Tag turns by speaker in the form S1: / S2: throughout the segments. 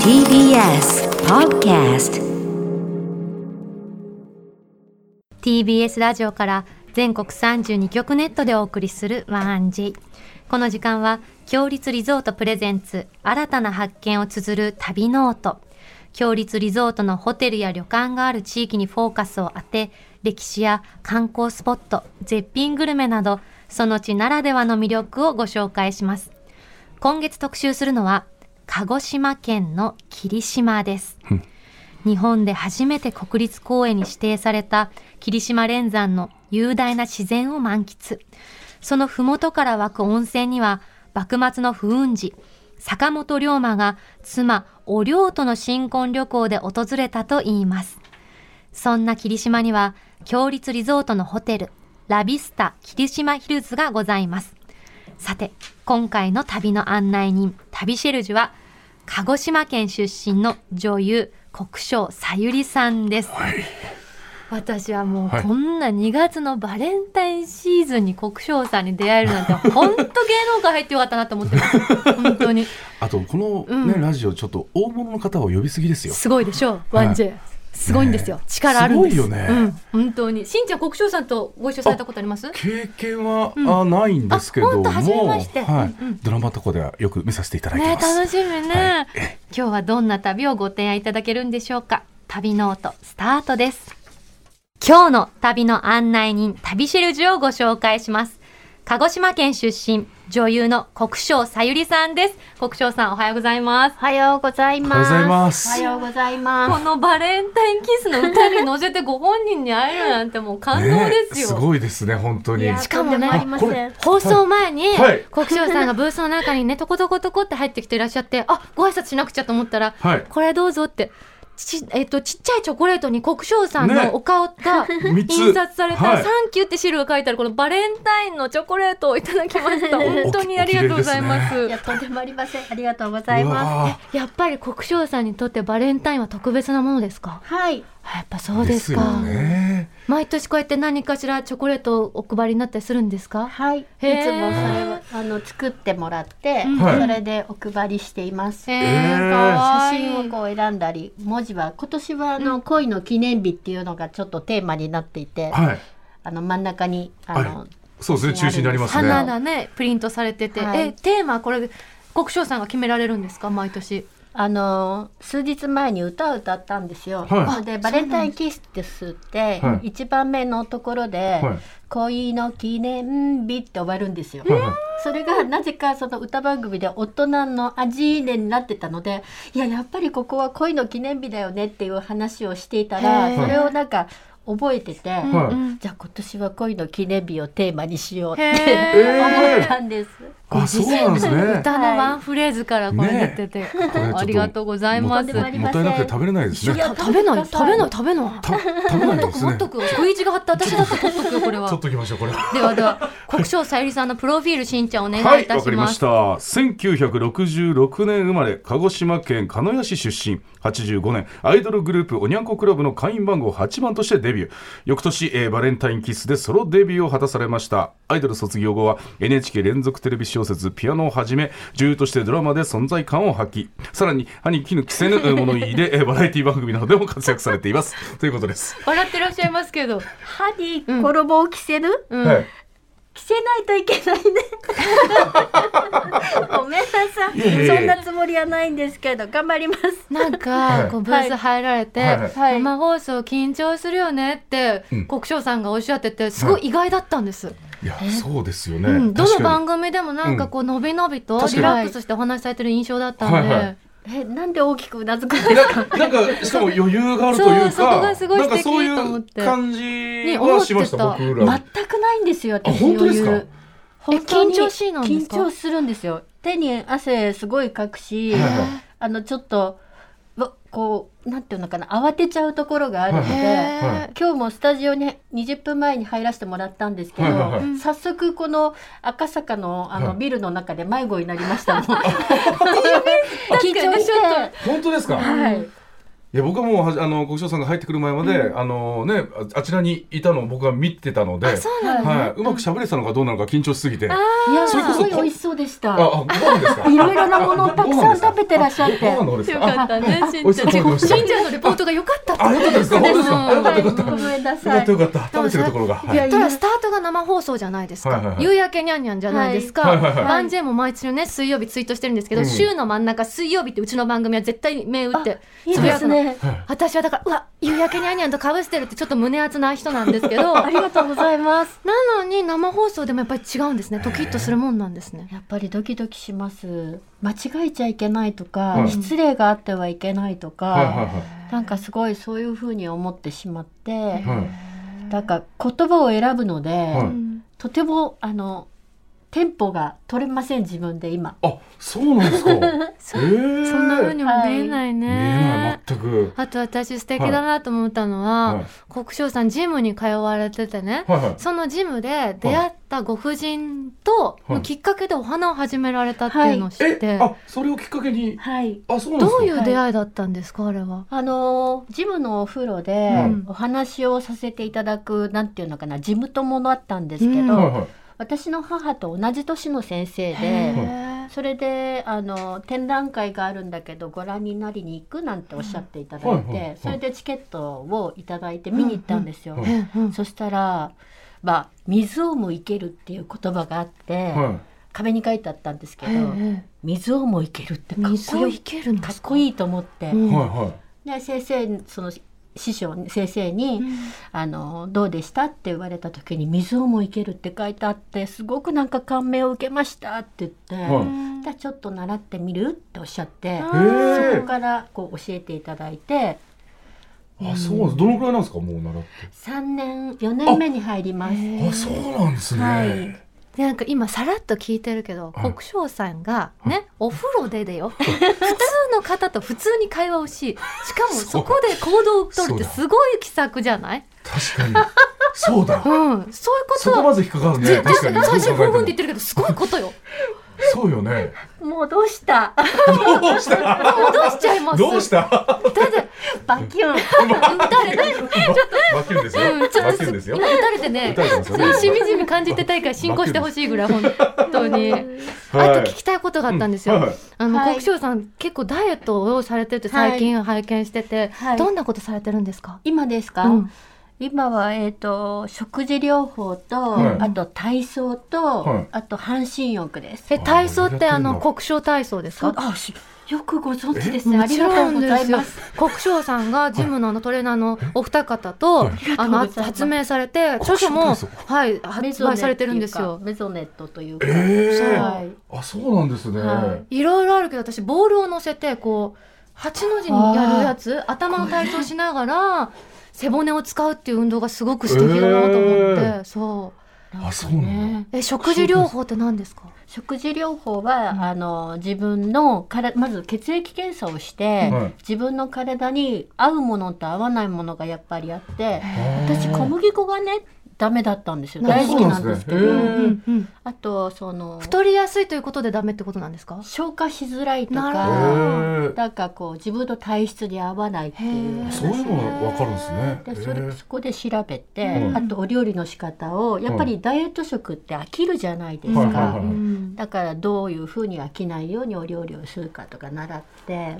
S1: TBS Podcast
S2: TBS ラジオから全国32局ネットでお送りするワンジこの時間は強立リゾートプレゼンツ新たな発見を綴る旅ノート強立リゾートのホテルや旅館がある地域にフォーカスを当て歴史や観光スポット絶品グルメなどその地ならではの魅力をご紹介します今月特集するのは鹿児島県の霧島です日本で初めて国立公園に指定された霧島連山の雄大な自然を満喫。その麓から湧く温泉には、幕末の不運時、坂本龍馬が妻、お龍との新婚旅行で訪れたといいます。そんな霧島には、強立リゾートのホテル、ラビスタ霧島ヒルズがございます。さて、今回の旅の案内人、旅シェルジュは、鹿児島県出身の女優、国生さゆりさんです。
S3: はい、
S2: 私はもう
S3: はい
S2: こんな2月のバレンタインシーズンに国生さんに出会える なんて、本当芸能界入ってよかったなと思ってます。本当に。
S3: あとこの、ねラジオちょっと大物の方を呼びすぎですよ
S2: すごいでしょう、
S3: はい
S2: 1J。すごいんですよ。
S3: ねえ
S2: 力あるんです。
S3: すごいよね
S2: うん、本当に。しんちゃん、国生さんとご一緒されたことあります
S3: 経験は、
S2: うん
S3: あないんですけ
S2: あ
S3: ど
S2: ほん
S3: も
S2: と初めまして
S3: はい
S2: うんうん
S3: ドラマとかではよく見させていただいて
S2: ね
S3: ます、
S2: 楽しみね、
S3: は
S2: 今日はどんな旅をご提案いただけるんでしょうか旅ノートスタートです今日の旅の案内人旅シェルジュをご紹介します鹿児島県出身女優の国生さゆりさんです国生さんおはようございます
S4: おはようござい
S3: おはよう
S4: ま
S3: ご
S4: す。
S3: ざいま
S4: おは
S3: す
S4: ようございま
S2: こ
S4: す。
S2: のバレンタインキスの歌に乗せてご本人に会えるなんてもう感動ですよ、
S3: ねすごいですね本当に
S4: いや
S2: しかもね
S4: とんでありませ
S3: あこれ
S4: ん。
S2: 放送前に、
S3: はい
S2: 国生さんがブースの中にね、とことことこって入ってきていらっしゃって、あご挨拶しなくちゃと思ったら、
S3: はい
S2: これどうぞって。ちえっと、ちっちゃいチョコレートに国生さん
S3: ね
S2: のお顔が
S3: 三つ
S2: 印刷された、
S3: はい
S2: サンキューってシールが書いてあるこのバレンタインのチョコレートをいただきま した本当にありがとうございま
S3: お
S2: す
S4: いや、とんでもありません。ありがとうございうま
S3: わ
S2: やっぱり国生さんにとってバレンタインは特別なものですか
S4: す。はい。
S2: やっぱ
S3: ー
S2: そうです
S3: よ
S2: か
S3: ね
S2: 毎年こうやって何かしらチョコレートをお配りになったりするんですか
S4: はい。いつ
S2: へー
S4: もそれを、あの、作ってもらって、
S3: はい
S4: それでお配りしています。
S2: え
S3: え
S2: ー、
S3: ー
S2: かわ
S4: 写
S2: いい
S4: 真をこう選んだり、文字は、今年は、あの、恋の記念日っていうのがちょっとテーマになっていて、
S3: はい
S4: あの、真ん中に、あ
S3: は
S4: の、
S3: そうですね中心になりますね
S2: 花がねプリントされてて、
S4: はい
S2: えテーマこれ国生さんが決められるんですか毎年
S4: あの数日前に歌を歌ったんですよ。
S3: はい
S4: それでバレンタインキスですって
S3: はい
S4: 一番目のところで
S3: はい
S4: 「恋の記念日」って終わるんですよ。
S3: はいはい
S4: それがなぜかその歌番組で大人の味でになってたのでいややっぱりここは恋の記念日だよねっていう話をしていた
S2: へ
S4: ら
S2: ー
S4: それをなんか覚えてて、
S3: はい
S2: うん
S4: じゃあ今年は恋の記念日をテーマにしようっ
S2: へ
S4: て
S2: ー
S4: 思ったんです。
S3: あそうなんですね
S2: 歌のワンフレーズからこれ出てて、
S3: これちょっと
S2: ありがとうございます
S4: とんでもあり
S3: もったいなくて食べれないです
S4: い
S3: ね
S4: や
S2: 食べない食べない食べない
S3: た食べない
S2: 持っと
S3: で
S2: く
S3: す
S2: 持
S3: ね
S2: っと
S3: 取
S2: く食い意地が張って私だって取っとくよこれ
S3: っ
S2: は
S3: ときましょうこれは
S2: ではでは国生さゆりさんのプロフィールしんちゃんお願
S3: はい
S2: い
S3: い、
S2: た
S3: わ
S2: し
S3: かり
S2: ま
S3: まし
S2: す、
S3: た。1966年生まれ、鹿児島県鹿屋市出身、85年、アイドルグループおにゃんこクラブの会員番号8番としてデビュー。翌年、えーバレンタインキスでソロデビューを果たされました。アイドル卒業後は NHK 連続テレビ小説ピアノをはじめ、女優としてドラマで存在感を発揮。さらに、歯に衣着せぬ物言いで、えーバラエティ番組などでも活躍されています。ということです。
S2: 笑ってらっしゃいますけど、
S4: 歯に衣を着せる、
S2: うん
S3: はい。
S4: 着せないといけないね。 ごめんなさい。
S3: いえいえいえ
S4: そんなつもりはないんですけど、頑張ります。
S2: なんか
S3: い
S2: こうブース入られて、
S3: はいはい
S4: はい
S2: 生放送緊張するよねって
S3: うん
S2: 国生さんがおっしゃっててすごい意外だったんです、
S3: いや、そうですよね。
S2: うん、ど
S3: 確
S2: の
S3: かに
S2: 番組でもなんかこうのびのびと
S3: 確かに
S2: リラックスしてお話しされてる印象だったんで、
S3: はいはい
S4: え、なんで大きくうなずくんですか。
S3: な なんかしかも余裕があるというか
S2: そうそこがすごい
S3: なんか
S2: 素敵
S3: そうい
S2: と思っ
S3: う
S2: て
S3: 感じはしました
S2: ね思ってた
S3: 僕ら
S4: 全くないんですよ。
S3: あ
S4: 私
S3: 本当ですか
S4: 余裕本当に
S2: 緊張しいなんですか
S4: 緊張するんですよ。手に汗すごいかくし、
S3: はいはい
S4: あのちょっとわこうなんていうのかな慌てちゃうところがあるので。
S3: はい
S2: へー
S3: は
S4: 今日もスタジオに20分前に入らせてもらったんですけど、
S3: はいはいはい
S4: 早速この赤坂のあ
S3: は
S4: の
S3: い
S4: ビルの中で 迷子になりましたもん緊
S2: 確かに
S4: 張し
S2: ち
S4: て
S2: ょっ
S3: 本当ですか、
S4: はい
S3: いや僕はもうはじあの国生さんが入ってくる前まで、あのねああちらにいたのを僕は見てたので、
S2: そうなの、
S3: はい、うまく喋れてたのかどうなのか緊張しすぎて。あ
S4: いや
S3: それこ
S4: す
S3: そ
S4: ごい美味しそうでした。
S3: あ、ご飯ですか。
S4: いろいろなものをたくさん食べてらっしゃっ
S3: ご
S4: て
S3: 飯。の方です
S2: よ
S3: か。
S2: か
S3: あ
S2: ったね、し
S3: 美
S2: ん
S3: 味
S2: ち
S3: し
S2: ゃ
S3: そう
S2: ん。し
S3: 美味しそうん
S2: ちゃんのレポートが良かったって。
S3: あ、よかったですか。本当ですか。あよかった、よかった。
S4: ごめんな
S3: よか
S4: さ
S3: っ
S4: い。
S3: た、よかった。食べてるところが。はい
S4: いや
S2: ただスタートが生放送じゃないですか、
S3: はいはいはい
S2: 夕焼けにゃんにゃんじゃないですか、
S3: はいはいはい
S2: バンジェも毎週ね水曜日ツイートしてるんですけど、
S3: うん
S2: 週の真ん中水曜日ってうちの番組は絶対目打って
S4: いい
S2: つぶ
S4: で
S2: やく
S4: す
S2: の、
S4: ね。
S2: 私はだからうわ夕焼けにゃんにゃんとかぶしてるってちょっと胸熱な人なんですけど
S4: ありがとうございます。
S2: なのに生放送でもやっぱり違うんですねドキッとするもんなんですね
S4: やっぱりドキドキします。間違えちゃいけないとか、
S3: はい
S4: 失礼があってはいけないとか、
S3: はい、はい、
S4: なんかすごいそういうふうに思ってしまって、
S3: はい。はい。
S4: なんか言葉を選ぶので、
S3: はい
S2: うん
S4: とてもあのテンポが取れません自分で今。
S3: あ、そうなんですか。ええ。
S2: そそ
S3: そ
S2: んな風にも見えないね、
S3: 見えない、全く。
S2: あと私素敵だなと思ったのは、
S3: はい
S2: 国生さんジムに通われててね、
S3: はい、はい。
S2: そのジムで出会ったご婦人と、
S3: はい
S2: きっかけでお花を始められたっていうのを知って、
S3: え、あ、それをきっかけに。
S4: はい。
S3: あ、そうなんです
S2: ど
S3: か。
S2: ういう出会いだったんですか、あれは。
S4: あのージムのお風呂で
S2: うん
S4: お話をさせていただく、なんていうのかなジム友だったんですけど、
S2: うん
S3: はい、はい。
S4: 私の母と同じ年の先生
S2: へ
S4: で。
S2: ー
S4: それであの展覧会があるんだけどご覧になりに行くなんておっしゃっていただい
S3: うんはいはいは
S4: て
S3: い
S4: それでチケットをいただいて見に行ったんですよ。
S3: うんうん
S2: うんうん
S4: そしたら、まあ、水をも生けるっていう言葉があって、
S3: はい。
S4: 壁に書いてあったんですけど、
S2: へ
S4: 水をも生けるって
S2: ー
S4: かっ
S2: 水
S4: こ
S2: を
S4: い
S2: い
S4: い、
S2: けるんで
S4: かっ
S2: すか
S4: こいいと思って、
S2: うん
S3: はいはい。
S4: で先生、その師匠、先生に、
S2: うん
S4: あの、どうでしたって言われた時に、水をも生けるって書いてあって、すごくなんか感銘を受けましたって言って、
S3: はい
S4: じゃあちょっと習ってみるっておっしゃって、
S2: あ
S3: ー
S4: そこからこう教えていただいて、
S3: あ、そうなんです。どのくらいなんですか。もう習っ
S4: 3年、4年目に入ります。
S2: へ
S3: て。あ、そうなんですね。
S4: はい
S2: でなんか今さらっと聞いてるけど、
S3: はい
S2: 国生さんがね、お風呂ででよ普通の方と普通に会話をししかもそこで行動を取るってすごい気さくじゃない
S3: 確かに。そ うだ
S2: う。ん、そういうこと
S3: そこ
S2: は
S3: まず引っかかるね。
S2: 絶対
S3: 確か
S2: 最
S3: に。どう考
S2: 初5
S3: えても
S2: 分って言ってるけどすごいことよ
S3: そう よね。
S4: もうどうした
S3: どうした。
S2: 戻しちゃいます
S3: どうした。
S2: だって
S4: バキュン
S2: 打たれて、
S3: バキュンですよ
S2: うん、ちょ。
S3: バ
S2: っ
S3: キ
S2: と
S3: ュンですよ
S2: 今。打たれてね
S3: 打たれてますよね
S2: しみじみ感じてたいから進行してほしいぐらい本当に
S3: はい
S2: あと聞きたいことがあったんですよ、
S3: はいはい
S2: あの、
S4: はい
S2: 国生さん結構ダイエットをされてて最近拝見してて、
S4: はい
S2: どんなことされてるんですか、
S4: 今ですか、
S2: うん
S4: 今は、えっと食事療法と、
S3: はい
S4: あと体操と、
S3: はい
S4: あと半身浴です。
S2: え体操ってあ
S3: あやってんだ
S2: の国生体操です
S4: そう
S2: か
S4: あしよくご存知ですね。あ
S2: も
S4: り
S2: ち
S4: が
S2: ろ
S4: とうんご
S2: で
S4: ざい
S2: すよ
S4: ます。。
S2: 国生さんがジムのあのトレーナーのお二方と、あの
S4: ありがとうございます
S2: 発明されて著書も
S3: 国生体
S2: はい発売されてるんですよ。
S4: メゾネットというか。
S3: ええ
S4: はい
S3: あ、そうなんですね。
S4: はい
S2: ろいろあるけど私ボールを乗せてこう八の字にやるやつ頭の体操しながら背骨を使うっていう運動がすごく素敵だなと思って、
S3: え
S2: そ
S3: あ、そうなんだ。
S2: うえ食事療法って何ですか
S4: 食事療法は、あの自分のからまず血液検査をして、
S3: はい
S4: 自分の体に合うものと合わないものがやっぱりあって、
S3: 私
S4: 私小麦粉がねダメだったんですよ。
S2: なる
S4: 大
S2: ほ
S4: 好
S2: ど
S4: きなんですけど、
S3: そうなんですねへえ
S2: うんうん
S4: あとその
S2: 太りやすいということでダメってことなんですか
S4: 消化しづらいと
S2: なる
S4: か、
S2: ほ
S4: なんかこう自分の体質に合わないっていう
S2: へー
S4: 話
S3: そういうのがわかるんですね。
S4: でそれ
S3: へえ
S4: そこで調べて、
S2: うん
S4: あとお料理の仕方をやっぱりダイエット食って飽きるじゃないですか、
S3: はいはいはい
S2: うん
S4: だからどういうふうに飽きないようにお料理をするかとか習って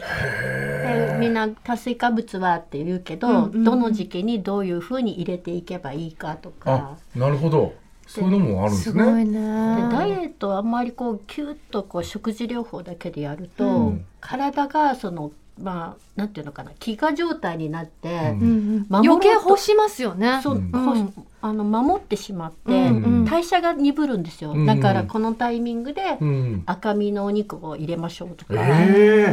S4: でみんな炭水化物はって言うけど、
S2: うんうんうん
S4: どの時期にどういうふうに入れていけばいいかと
S3: あ
S4: か。、
S3: なるほど。そういうのもあるんですす
S2: ごい
S3: ね。
S2: ね
S4: でダイエットはあんまりこうキュッとこう食事療法だけでやると、
S3: うん
S4: 体がそのまあなんていうのかな飢餓状態になって、
S3: ん
S2: うんうん、
S4: 守ろ
S2: 余
S4: うと
S2: 計欲しますよね
S4: そう、
S3: うん
S4: こうあの守ってしまって、
S2: うん
S3: うん
S4: 代謝が鈍るんですよ、
S3: うん
S4: だからこのタイミングで
S3: うん。
S4: 赤身のお肉を入れましょうとか、
S3: え
S2: へ
S3: え。
S4: な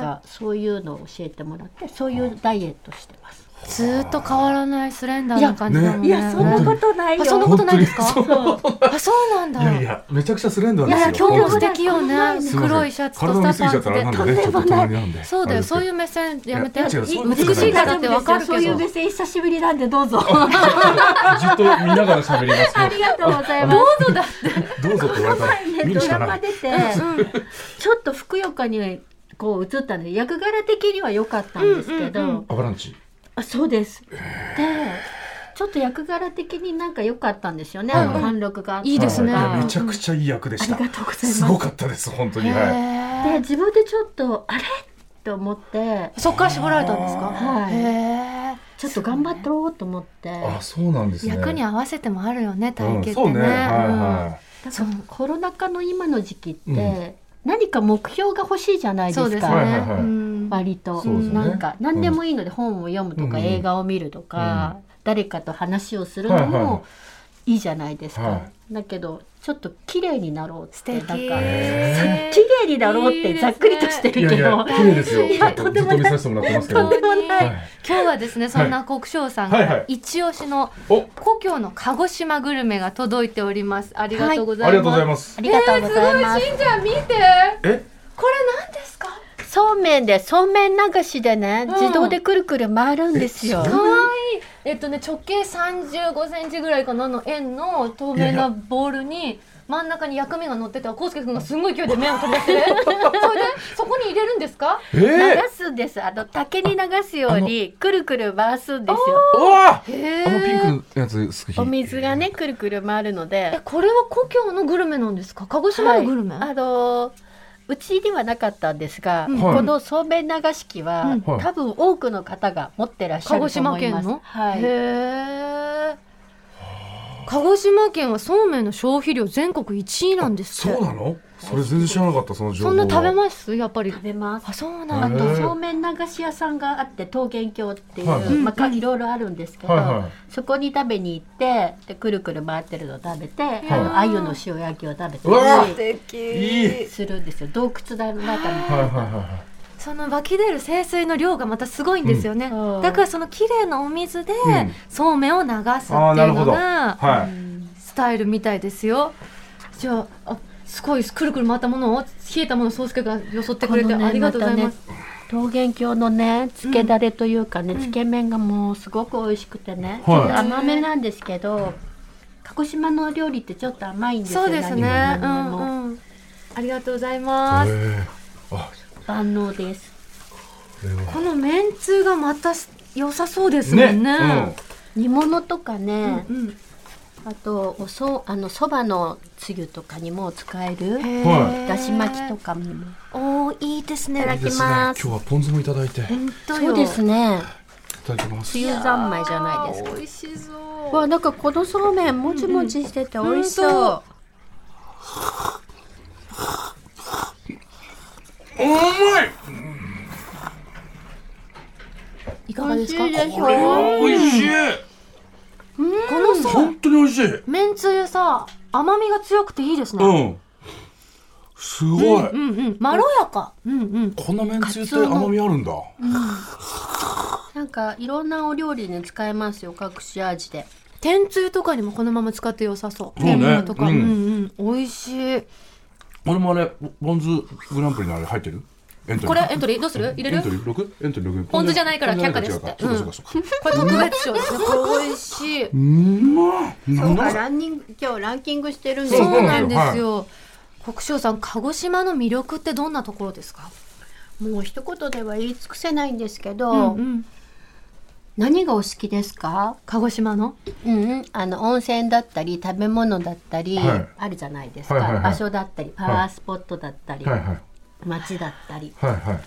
S2: ー
S4: かそういうのを教えてもらってそういうダイエットしてます、
S2: ずーっと変わらないスレンダーな感じだもんね
S3: いやそんな
S4: とない
S2: あそんなことないですか
S3: 本当にそ
S2: あそうなんだ
S3: ういやいや、めちゃくちゃスレンダー
S4: いや
S3: で
S4: い
S3: す
S4: や
S3: よ。
S2: 今日も素
S4: すごい
S2: 敵よね
S4: す
S3: ごい
S2: 黒いシャツ
S3: 体
S2: と
S3: 飲み
S2: ス
S3: す
S2: タ
S3: ぎち
S2: ー
S3: ゃった
S2: パ
S3: らあれなん
S2: ンツで
S3: だね、ちょっと隣なんで。。
S2: そうだよそういうう目線やめて
S3: いや違うそういうことじゃ
S2: 美
S3: な
S2: しいからってわかる
S4: そう
S2: け
S4: い
S2: ど
S4: う
S2: ど
S4: 目線久しぶりなんでどうぞ
S3: じっと見ながら喋ります
S4: ありがとうございます
S2: うぞだ
S3: けど。どうぞって言われたら
S4: 前、ね
S3: 見る
S4: ド
S3: しか
S4: ラ
S3: な
S4: マ
S3: い。
S4: 出てちょっとふくよかにこう映ったので役柄的には良かったんですけど、
S2: うんうんう
S3: アバランチ
S4: あそうです。でちょっと役柄的になんか良かったんですよね、
S3: はい
S4: あの貫禄があって
S2: いいですね
S3: ははやめちゃくちゃいい役で
S4: あ
S3: し
S4: り
S3: た
S4: がとうございます
S3: すごかったです本当にはい
S4: で
S2: へー
S4: 自分でちょっとあれと思って
S2: そっから絞られたんですか
S4: はい
S2: へー
S4: ちょっと頑張ろうと思って、
S3: あそうなんですね
S2: 役に合わせてもあるよね体型ってね,、
S3: うんそうねはいは
S4: だ
S2: そ
S4: か
S2: う
S4: らコロナ禍の今の時期って、
S3: うん
S4: 何か目標が欲しいじゃないです
S2: そ
S4: か
S2: うですね、
S3: はいはいはい
S2: うん
S4: 割と、
S2: そうですね
S4: なんか何でもいいので本を読むとか、
S3: うん
S4: 映画を見るとか、誰かと話をする
S3: は
S4: の
S3: いはい
S4: もいいじゃないですか、
S3: は
S4: だけどちょっと綺麗になろうっ
S2: 素敵
S4: てなんか
S3: へ
S4: 綺麗になろうってざっくりとして
S3: い
S4: る
S3: や
S4: け
S3: いや
S4: ど
S3: 綺麗ですよ
S2: いや
S3: ちょっとずっと見させてもらってますけ
S2: とん
S3: どはい
S2: でもない、
S3: はい
S2: 今日はですねそんな国生さんか
S3: はいは
S2: ら
S3: い
S2: 一押しの
S3: お
S2: 故郷の鹿児島グルメが届いておりますありがとうござ
S3: あ
S2: い
S3: り
S2: ます、
S3: がとうございます
S4: ありがとうございます,、
S2: えーすごいしんちゃん見て
S3: え
S2: これ何ですか
S4: そうめんでそうめん流しでね、
S2: うん
S4: 自動でくるくる回るんですよ
S2: かわいいえっとね直径35センチぐらいかなの円の透明なボールに真ん中に薬味が乗ってて康介君がすんごい勢いで麺を 取り出してるそれでそこに入れるんですか
S3: えー
S4: 流すんですあの竹に流すようにくるくる回すんですよ
S3: うわ
S2: へえ
S3: あのピンクのやつ好き
S4: お水がねくるくる回るので
S2: えこれは故郷のグルメなんですか鹿児島のグルメ、
S4: はいあのーうちにはなかったんですが、
S2: うん
S3: はい
S4: このそうめん流し器は、
S2: うん
S3: はい
S4: 多分多くの方が持ってらっしゃると思い
S2: 鹿児島県
S4: ます
S2: の
S4: はい、
S2: へえ。鹿児島県はそうめんの消費量全国1位なんですって
S3: そうなのそれ全然知らなかったその情報
S2: そんな食べますやっぱり
S4: 食べます
S2: あそう
S3: へ
S2: な
S4: あ
S2: ん
S3: ー
S2: だ
S4: とそうめん流し屋さんがあって桃源郷っていう、
S3: はいはい
S4: まあ、かいろいろあるんですけど、
S3: はいはい
S4: そこに食べに行ってでくるくる回ってるのを食べて、あの鮎の塩焼きを食べ
S3: うわ
S4: たり
S3: いい
S4: するんですよ洞窟台の中に。
S3: はいはいはいはい
S2: その湧き出る清水の量がまたすごいんですよね、
S4: うん
S2: だからその綺麗なお水で
S3: ん
S2: そうめんを流すっていう
S3: あーなるほ
S2: の
S3: ど
S2: が
S3: はい
S2: スタイルみたいですよじゃああすごいくるくる回ったものを冷えたものを宗介がよそってくれて
S4: このね
S2: ありがとうございます、
S4: たね桃源郷のねつけだれというかね、つけ麺がもうすごく美味しくてね、
S3: はい
S4: ちょっと甘めなんですけど鹿児島の料理ってちょっと甘いんですよ
S2: そうですね
S4: 何
S2: う
S4: もかも
S2: んうんありがとうございます
S3: えーあ
S4: 万能です
S3: これは
S2: このめんつゆがまた良さそうですもんね。
S4: 煮物とか
S2: う
S4: ね、
S2: ん
S4: あとおそあのそばのつゆとかにも使える
S2: うん
S3: はい
S4: だし巻きと。かにも
S2: おおいいですね。
S4: いただきます
S3: 今日はポン酢もいただいてい
S2: 本当よ
S4: そうですね
S3: ただきます
S4: つゆ三昧じゃないですか
S2: あー美味しそう。
S4: わなんかこのそうめんもちもちしてて美味しそう、
S2: うんうん
S3: うまい
S2: いかがですか。
S4: 美味しいでしょ
S3: これは美味しい
S2: このさ
S3: 本当に美味しい
S2: めんつゆさ甘みが強くていいです
S3: う
S2: ね。
S3: んすごい
S2: うんうんまろやか。うんうん。
S3: こんなめんつゆって甘みあるんだ
S4: なんかいろんなお料理に使えますよ隠し味で
S2: 天つゆとかにもこのまま使って良さそう。
S3: そうね
S2: 天ぷらとか。う
S3: うんん
S2: うん美味しい。
S3: 俺もあれポン酢グランプリのあれ入ってるエントリー
S2: これエントリーどうする？入れ
S3: エント
S2: る？
S3: リー六エントリー六
S2: ポン酢じゃないから
S3: ポン酢
S2: 却下ですって
S3: じゃないから違うかそうかそうか
S2: これ特別賞ですね。これ美味しい。
S3: うまっ
S4: 今
S3: なんだ
S4: 日ランニング今日ランキングしてるんです
S2: そ
S4: よ
S2: うなん
S4: も
S2: ですよ。国生さん、鹿児島の魅力ってどんなところですか。
S4: う一言では言い尽くせないんですけど、
S2: うん
S4: 何がお好きですか
S2: 鹿児島の。
S4: うんうんあの温泉だったり食べ物だったり、
S3: はい
S4: あるじゃないですか、
S3: はいはいはい
S4: 場所だったりパワースポットだったり、
S3: はいはい
S4: 街だったり
S3: はいはい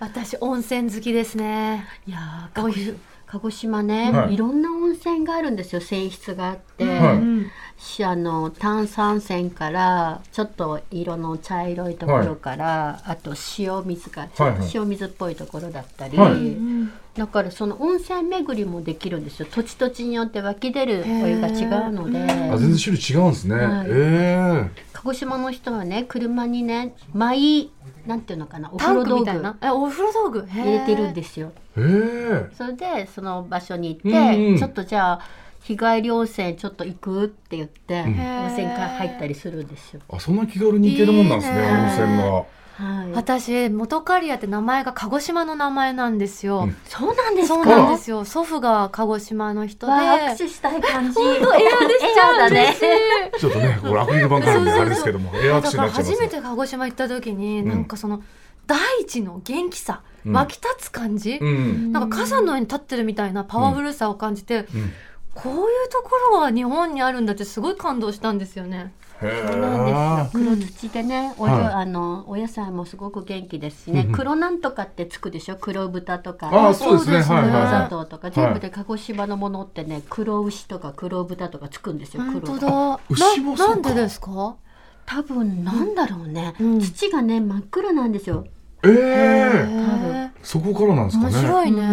S2: 私温泉好きですね。
S4: いやー
S2: こ
S4: 鹿
S2: う
S4: 児
S2: いう
S4: 鹿児島ね、
S3: はい
S4: い、ろんな温泉があるんですよ泉質があって、
S3: はい
S2: うん
S4: しあの炭酸泉からちょっと色の茶色いところから、あと塩水がちょっ
S3: はい
S4: と
S3: はい
S4: 塩水っぽいところだったり、
S3: はい
S2: うん
S4: だからその温泉巡りもできるんですよ土地土地によって湧き出るお湯が違うので、
S2: へ
S3: あ全然種類違うんですね
S4: はい
S3: え
S4: 鹿児島の人はね車にねマイなんていうのかなお
S2: タ
S4: 風
S2: ン
S4: 呂
S2: ク
S4: 道
S2: み
S4: 具
S2: たいな
S4: 入。
S2: え、お風呂道具。入。
S4: れてるんですすよ
S3: ええ
S4: それでその場所に行って、
S3: うんうん
S4: ちょっとじゃあ日帰り温泉ちょっと行くって言って、
S2: へー
S4: 温泉から入ったりするんですよ。
S3: あそんな気軽に行けるもんなんですね
S2: いいね
S3: 温泉が
S4: はい、
S2: 私、元刈谷って名前が鹿児島の名前なんです
S3: う
S2: よ
S3: ん。
S4: そうなんですか
S2: そうなんですよ。祖父が鹿児島の人で。
S4: わあ握手したい感じ。本
S2: エアーでしちゃうん です。
S3: ちょっとねこれアクリル板からもあれですけどもエアアク
S2: だ
S3: シ
S2: か
S3: ョン
S2: ら
S3: になっちゃい
S2: 初
S3: ます
S2: めて鹿児島行った時に、
S3: うん
S2: なんかその大地の元気さ、
S3: うん
S2: 湧き立つ感じ、
S3: うん
S2: なんか傘の上に立ってるみたいなパワフルさを感じて、
S3: うん
S2: こういうところが日本にあるんだってすごい感動したんですよね。
S4: そうなん
S3: へ
S4: ですよ黒土でね、お
S3: はい
S4: 料あのお野菜もすごく元気ですしね、
S3: うんうん
S4: 黒なんとかってつくでしょ黒豚とか
S3: あーそうですね
S2: そうですね
S3: はいはい
S4: 黒砂
S3: は
S4: 糖とか全部で鹿児島のものってね黒牛とか黒豚とかつくんですよ
S2: 本
S4: 黒
S2: 当だ。
S4: が
S2: な
S3: 牛もそう
S2: な
S3: か
S2: んでですか？
S4: 多分なんだろうね、
S2: うん
S4: 土がね真っ黒なんですよ、
S3: い
S2: へ
S3: ええ
S2: ー
S3: そこからなんですか
S2: 面
S3: ね
S2: 白いね。
S4: う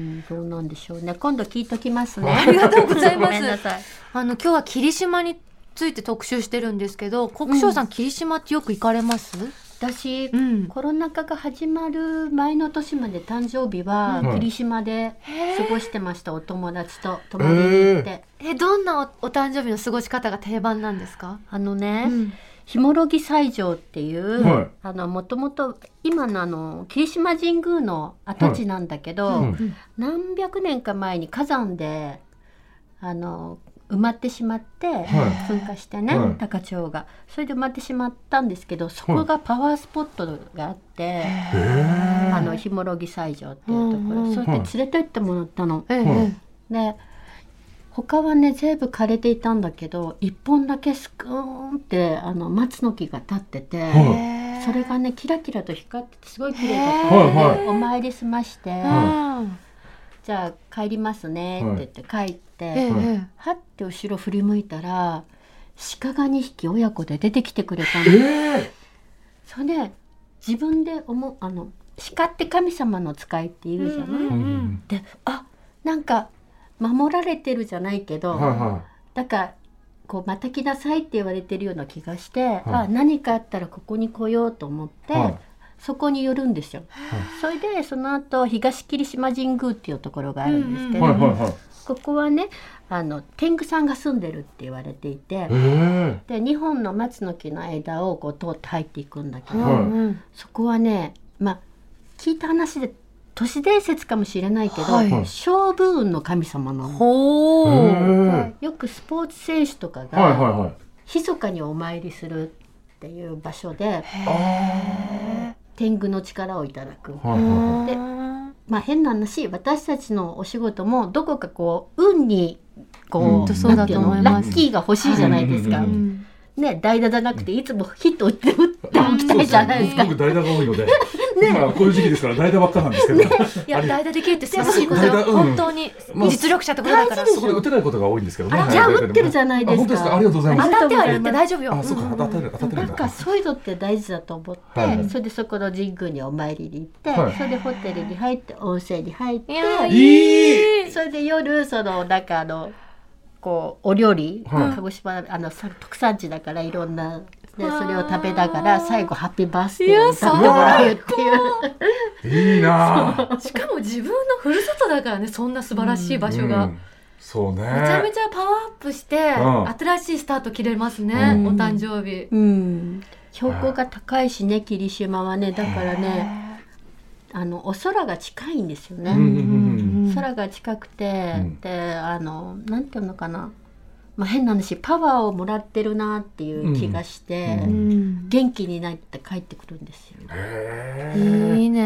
S4: んそうなんでしょうね今度聞いときますね
S2: ありがとうございます
S4: ごめんなさい
S2: あの今日は霧島について特集してるんですけど、国生さん、霧島ってよく行かれます？
S4: 私、
S2: うん。
S4: コロナ禍が始まる前の年まで誕生日は
S3: うん
S4: 霧島で
S2: へー
S4: 過ごしてました、お友達と泊まりに行って、
S2: えどんなおお誕生日の過ごし方が定番なんですか？
S4: あのね、
S2: うん
S4: ひもろぎ斎場っていう、
S3: はい
S4: あのもともと今のあの霧島神宮の跡地なんだけど、
S3: はいうん
S4: 何百年か前に火山であの埋まってしまって、噴火してね、
S3: はい
S4: 高千穂がそれで埋まってしまったんですけどそこがパワースポットがあって、
S3: へえ
S4: あのひもろぎ斎場っていうところ、
S2: うんうん
S4: そうやって連れてってもらったの。
S2: ええ
S3: はい
S4: で他はね全部枯れていたんだけど一本だけスクーンってあの松の木が立ってて、
S3: は
S2: ええ
S4: それがねキラキラと光っててすごい綺麗だった
S3: へ
S4: の
S3: ー
S4: で、
S3: はいはい
S4: お参り済まして、
S2: うん
S4: じゃあ帰りますねって言って帰って、
S2: ええ
S3: はい
S2: え
S4: はって後ろ振り向いたら鹿が2匹親子で出てきてくれたの。
S3: ええ
S4: それで自分で思うあの鹿って神様の使いって言うじゃない、
S2: うんうん
S4: であなんか守られてるじゃないけど、
S3: はいは
S4: だからこうまた来なさいって言われてるような気がして、
S3: はい
S4: あ何かあったらここに来ようと思って、
S3: はい
S4: そこに寄るんですよ、それでその後東霧島神宮っていうところがあるんですけ
S3: い
S4: ど、
S3: はいはいはい
S4: ここはねあの天狗さんが住んでるって言われていて
S3: ええ
S4: で2本の松の木の間をこう通って入っていくんだけ
S2: う
S4: ど、
S3: はい
S2: んうん
S4: そこはねまあ聞いた話で都市伝説かもしれないけど、
S2: はい
S4: 勝負運の神様なの。
S2: ほ
S3: へ
S2: う。
S3: え
S4: よくスポーツ選手とか
S3: はいはい
S4: が
S3: はい
S4: 密かにお参りするっていう場所で
S2: あ
S4: 天狗の力をいただく、
S3: はいはい
S4: でまあ、変な話私たちのお仕事もどこかこう運にこ
S3: 本
S4: う,、
S3: 当そう
S4: な
S3: だ
S4: んてい
S3: と
S4: う
S3: 思い
S4: の
S3: ま
S4: ラ
S3: す
S4: ッキーが欲しいじゃないですか、
S3: うんうんうん
S4: ね代打じゃなくていつもヒット打って打っておきたいじゃないですか。
S3: 僕代打が多いので、今こういう時期ですから代打ばっかなんですけど、
S2: いや、代打できるって素晴らしいこと
S3: 代
S2: よ。
S3: 打うん
S2: 本当に
S3: まあ
S2: 実力者ってことだから。
S3: そこで打てないことが多いんですけどね。
S4: あ
S3: はい
S4: じゃあ
S3: 代打
S4: 打ってるじゃないですか
S3: あ本当ですか。ありがとうございま
S2: 当
S3: す。
S2: たってはいるって大丈夫よ。
S3: あ、そうか。当たってる当たってる
S4: なんん
S3: だ。
S4: かそういうのって大事だと思って、
S3: はい
S4: それでそこの神宮にお参りに行って、
S3: はい
S4: それでホテルに入って温泉に入って
S2: いや
S3: いい
S2: い。
S4: それで夜そのなんかあのこうお料理、
S3: はい
S4: 鹿児島あのさ特産地だからいろんな、ね、そ
S2: わー
S4: れを食べながら最後ハッピーバースデーを歌ってもらうっていう
S3: いいなあ。
S2: しかも自分のふるさとだからね、そんな素晴らしい場所
S3: う
S2: が。
S3: ん。そうね。
S2: めちゃめちゃパワーアップして、
S3: うん
S2: 新しいスタート切れますね、
S3: うん
S2: お誕生日。
S4: うん標高が高いしね霧島はねだからねあのお空が近いんですよね。
S3: うんうんうん
S2: 空
S4: 空が近くて、
S3: うん
S4: であのなんていうのかな、まあ、変な話パワーをもらってるなっていう気がして、
S3: うん
S4: 元気になって帰ってくるんですよ。
S3: へ
S2: いいね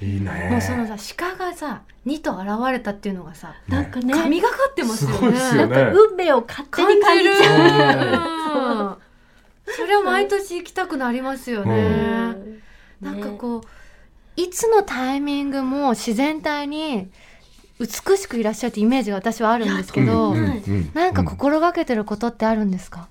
S3: え。いいね。
S2: もうそのさ鹿がさ2と現れたっていうのがさ
S4: なんかね
S2: 神がかってますよね
S3: すごいっすよね
S4: なんか運命を勝手
S2: 感
S4: に感
S2: じ
S4: じ
S2: る
S4: ちゃう。
S2: うんそれは毎年行きたくなりますよね、なんかこういつのタイミングも自然体に美しくいらっしゃるってイメージが私はあるんですけど、
S4: いやうん
S2: なんか心がけてることってあるんですか、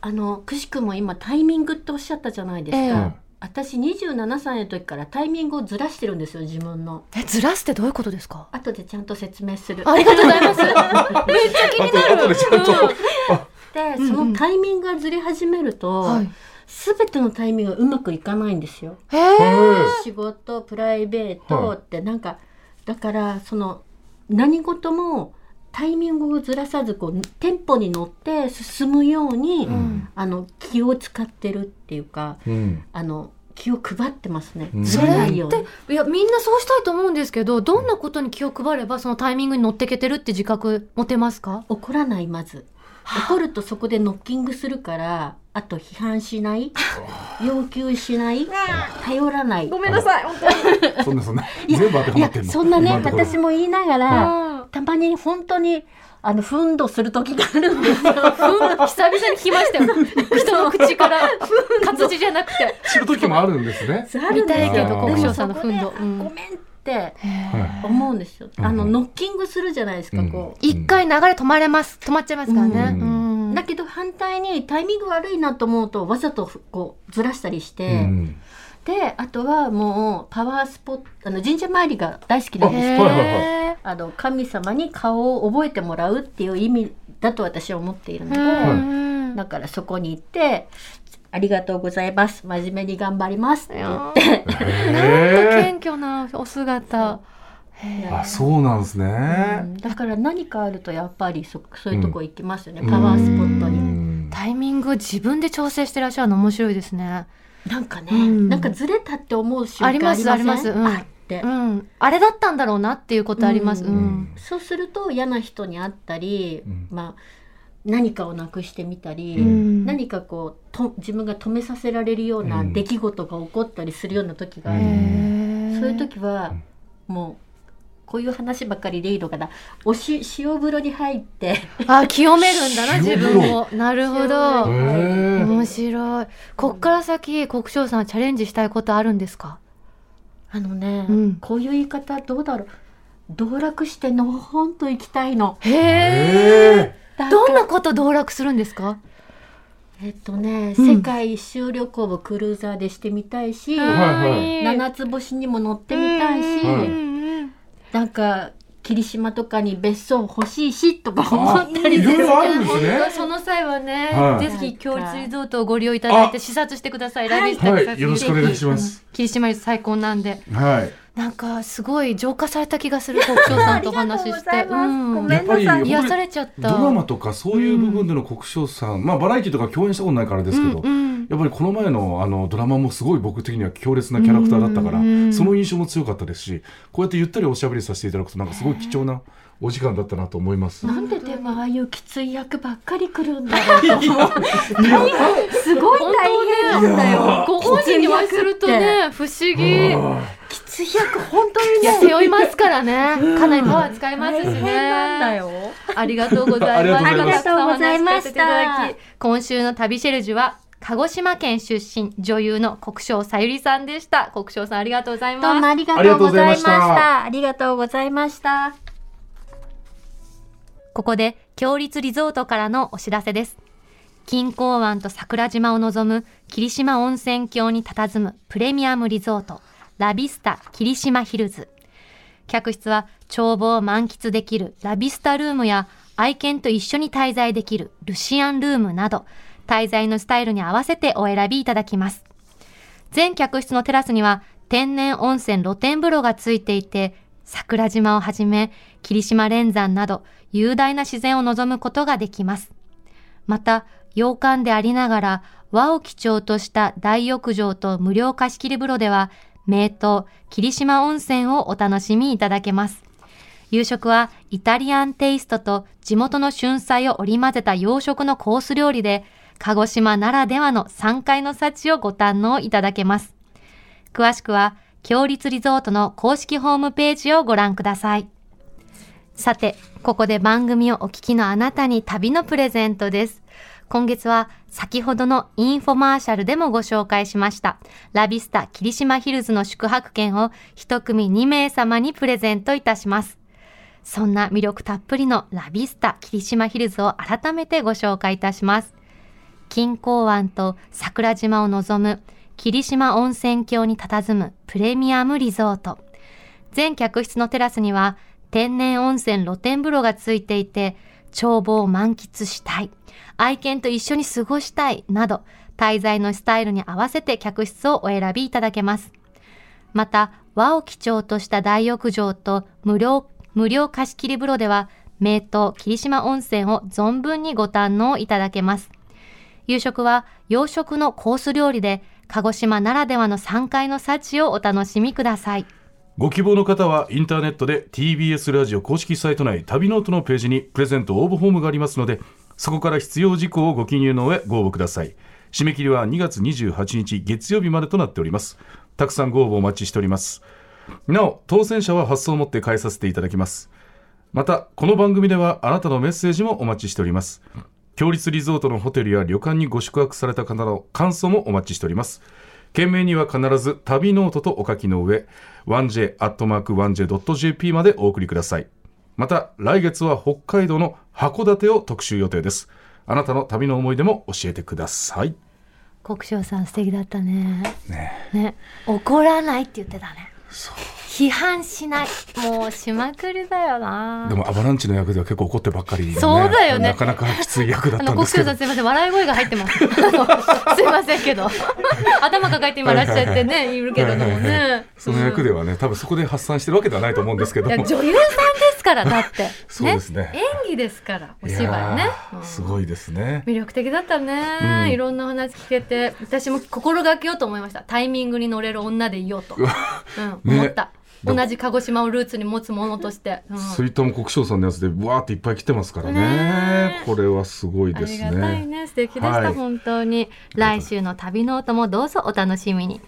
S4: あのくしくも今タイミングっておっしゃったじゃないですか、
S2: ええ
S4: 私27歳の時からタイミングをずらしてるんですよ自分の
S2: えずらすってどういうことですか
S4: 後でちゃんと説明する
S2: ありがとうございます。めっちゃ気
S3: あ
S2: に
S3: と
S2: な
S3: 後
S2: る。
S3: でちゃんと。
S2: う
S4: で
S2: ん
S4: そのタイミングがずれ始めると、
S2: はい。
S4: 全てのタイミングがうまくいかないんですよ
S2: へえ。
S4: 仕事プライベー
S3: は
S4: ト
S3: い
S4: ってなんか、だからその何事もタイミングをずらさずこうテンポに乗って進むように、
S3: ん
S4: あの気を使ってるっていうか
S3: うん。
S4: あの気を配ってますね、
S3: うん
S4: ずれないように
S2: いやみんなそうしたいと思うんですけど、どんなことに気を配ればそのタイミングに乗ってけてるって自覚持てますか？
S4: 怒らないまず怒るとそこでノッキングするからあと批判しない要求しない頼らない
S1: ごめんなさい、本当に。
S3: そんなそんな全部当てはいまっ
S4: や
S3: てんの
S4: そんなね
S3: 今のところ
S4: 私も言いながら、たまに本当にあのふんどする時があるんですよ
S1: 久々に聞きましたよ。人の口から活字じゃなくて。
S3: 知る時もあるんですね
S4: ある
S1: 見
S4: ん
S1: た
S4: です
S1: い
S4: よ
S1: けど
S3: あー
S1: 国章さんのふんど。
S4: そこ
S1: う
S4: でご
S1: ん
S4: めんって
S3: は
S4: 思うんですよ、
S3: うん
S4: あのノッキングするじゃないですか、こ
S3: うん
S1: 一回流れ止まれます。止まっちゃいますからね。
S3: う
S1: うん
S4: う、だけど反対にタイミング悪いなと思うとわざとこうずらしたりし
S3: う
S4: て、
S3: ん
S4: であとはもうパワースポットあの神社参りが大好きなんです
S1: へ
S3: はいはい
S1: ー
S4: あの神様に顔を覚えてもらうっていう意味だと私は思っているので、
S1: うん
S4: だからそこに行って「ありがとうございます真面目に頑張ります」って
S1: い
S4: 言
S1: や
S4: っ
S1: ー
S4: て
S3: へえ
S1: 謙虚なお姿。へー
S3: あそうなんです
S4: う
S3: ね
S4: んだから何かあるとやっぱりそそういうとこ行きますよね、
S3: うん
S4: パワースポット
S3: う
S4: に。
S3: ん
S1: タイミングを自分で調整してらっしゃるの面白いですね。
S4: なんかね、
S1: うん
S4: なんかずれたって思う瞬間
S1: あ
S4: あ
S1: り
S4: り
S1: ま
S4: ますす
S1: ありますうん
S4: あって、
S1: うん、あれだったんだろうなっていうことあります。う
S4: うん
S3: ん
S4: そうすると嫌な人に会ったり、
S3: うん
S4: まあ何かをなくしてみたり、
S3: う
S1: うん
S4: 何かこうと自分が止めさせられるような
S3: うん
S4: 出来事が起こったりするような時があ
S3: う
S4: る、
S3: ん
S4: そういう
S1: 時
S4: 時はもうこういう話ばっかりでいいのかなおし 塩風呂に入って
S1: あ清めるんだな自
S3: 塩風呂
S1: 分をなるほど
S4: 塩風呂
S3: へー
S1: 面白いこっから先国生さんチャレンジしたいことあるんですか
S4: あのね、
S1: うん
S4: こういう言い方どうだろう道楽してのほんと行きたいの。
S1: へえ
S3: へ
S4: だから
S1: どんなこと道楽するんですか
S4: えっとね、
S1: うん
S4: 世界一周旅行をクルーザーでしてみたいし、
S3: んはいはい
S4: 七つ星にも乗ってみたいし、
S3: うん
S1: い
S4: なんか霧島とかに別荘欲しいしとか思ったり
S3: いろいろあるんです
S1: 本
S3: ね
S1: 当その際はね、
S3: はい
S1: ぜひ共立リゾートをご利用いただいて
S3: あ
S1: 視察してください。
S4: は
S1: 来
S4: い
S1: 日した
S3: はいよろしくお願いします。
S1: 霧島率最高なんで、
S3: はい
S1: なんかすごい浄化された気がする国生さんとお話ししあて、りがとうございます
S3: やっぱり
S1: うん、癒さ
S3: 本当に
S1: れちゃった。
S3: ドラマとかそういう部分での国生さん、まあバラエティとか共演したことないからですけど、
S1: うんうん
S3: やっぱりこの前のあのドラマもすごい僕的には強烈なキャラクターだったから、
S1: うん
S3: その印象も強かったですしこうやってゆったりおしゃべりさせていただくとなんかすごい貴重なお時間だったなと思います。
S4: なんででもああいうきつい役ばっかり来るんだろうと思うすごい
S1: 本
S4: 大
S1: 当
S4: 変なんだ
S1: ね
S4: よ。
S1: ご本人にはするとね不思議い
S4: きつい役本当に
S1: や
S4: ね
S1: 背負いますからねかなりパワー使いますし
S4: 大変なんだ
S1: ね
S4: よ。
S1: ありがとうございます
S3: ありが
S4: とうございま
S1: たくさんお話しさせ
S4: す
S1: ていただき今週の旅シェルジュは鹿児島県出身女優の国生さゆりさんでした国生さんありがとうござい
S4: どう
S1: ま
S4: も
S1: す
S4: ありがとうございまし
S3: あ
S4: た。ありがとうございました。
S2: ここで、強立リゾートからのお知らせです。錦江湾と桜島を望む霧島温泉郷に佇むプレミアムリゾート、ラビスタ霧島ヒルズ。客室は眺望を満喫できるラビスタルームや愛犬と一緒に滞在できるルシアンルームなど、滞在のスタイルに合わせてお選びいただきます。全客室のテラスには天然温泉露天風呂がついていて、桜島をはじめ、霧島連山など雄大な自然を望むことができます。また、洋館でありながら和を基調とした大浴場と無料貸し切り風呂では、名湯霧島温泉をお楽しみいただけます。夕食はイタリアンテイストと地元の春菜を織り交ぜた洋食のコース料理で、鹿児島ならではの3階の幸をご堪能いただけます。詳しくは、強立リゾートの公式ホームページをご覧ください。さて、ここで番組をお聞きのあなたに旅のプレゼントです。今月は先ほどのインフォマーシャルでもご紹介しました。ラビスタ霧島ヒルズの宿泊券を一組2名様にプレゼントいたします。そんな魅力たっぷりのラビスタ霧島ヒルズを改めてご紹介いたします。錦江湾と桜島を望む霧島温泉郷に佇むプレミアムリゾート。全客室のテラスには天然温泉露天風呂がついていて、眺望を満喫したい。愛犬と一緒に過ごしたい。など、滞在のスタイルに合わせて客室をお選びいただけます。また、和を基調とした大浴場と無料、無料貸し切り風呂では、名湯霧島温泉を存分にご堪能いただけます。夕食は洋食のコース料理で、鹿児島ならではの3階の幸をお楽しみください。
S3: ご希望の方はインターネットで TBS ラジオ公式サイト内旅ノートのページにプレゼント応募フォームがありますのでそこから必要事項をご記入の上ご応募ください締め切りは2月28日月曜日までとなっておりますたくさんご応募お待ちしておりますなお当選者は発送をもって返させていただきますまたこの番組ではあなたのメッセージもお待ちしております強立リゾートのホテルや旅館にご宿泊された方の感想もお待ちしております件名には必ず旅ノートとお書きの上 1j.1j.jp までお送りくださいまた来月は北海道の函館を特集予定ですあなたの旅の思い出も教えてください
S2: 国章さん素敵だったねね怒らないって言ってたね批判しないもうしまくりだよな
S3: でもアバランチの役では結構怒ってばっかり、ね、
S2: そうだよね
S3: なかなかきつい役だっ
S2: あ
S3: た
S2: の
S3: ん
S2: 国
S3: ですけ
S2: 章
S3: ど
S2: さんすいません笑い声が入ってます あのすいませんけど頭抱えて今いらっしゃってねいるけれども
S3: はいはいは
S2: ね
S3: いその役ではね多分そこで発散してるわけではないと思うんですけど
S2: い
S3: も
S2: や女優さんですからだって
S3: そうですね
S2: 演技ですからお芝居
S3: い
S2: ね
S3: やーすごいですね
S2: 魅力的だったね、
S3: うん
S2: いろんなお話聞けて私も心がけようと思いましたタイミングに乗れる女でいようと、うん、
S3: ね
S2: 思った、同じ鹿児島をルーツに持つものとして、うん
S3: 水玉国章さんのやつでわーっていっぱい来てますからね
S2: ね
S3: これはすごい
S2: あ
S3: です
S2: り
S3: ね
S2: がたいね素敵でした、
S3: はい
S2: 本当に来週の旅ノートもどうぞお楽しみに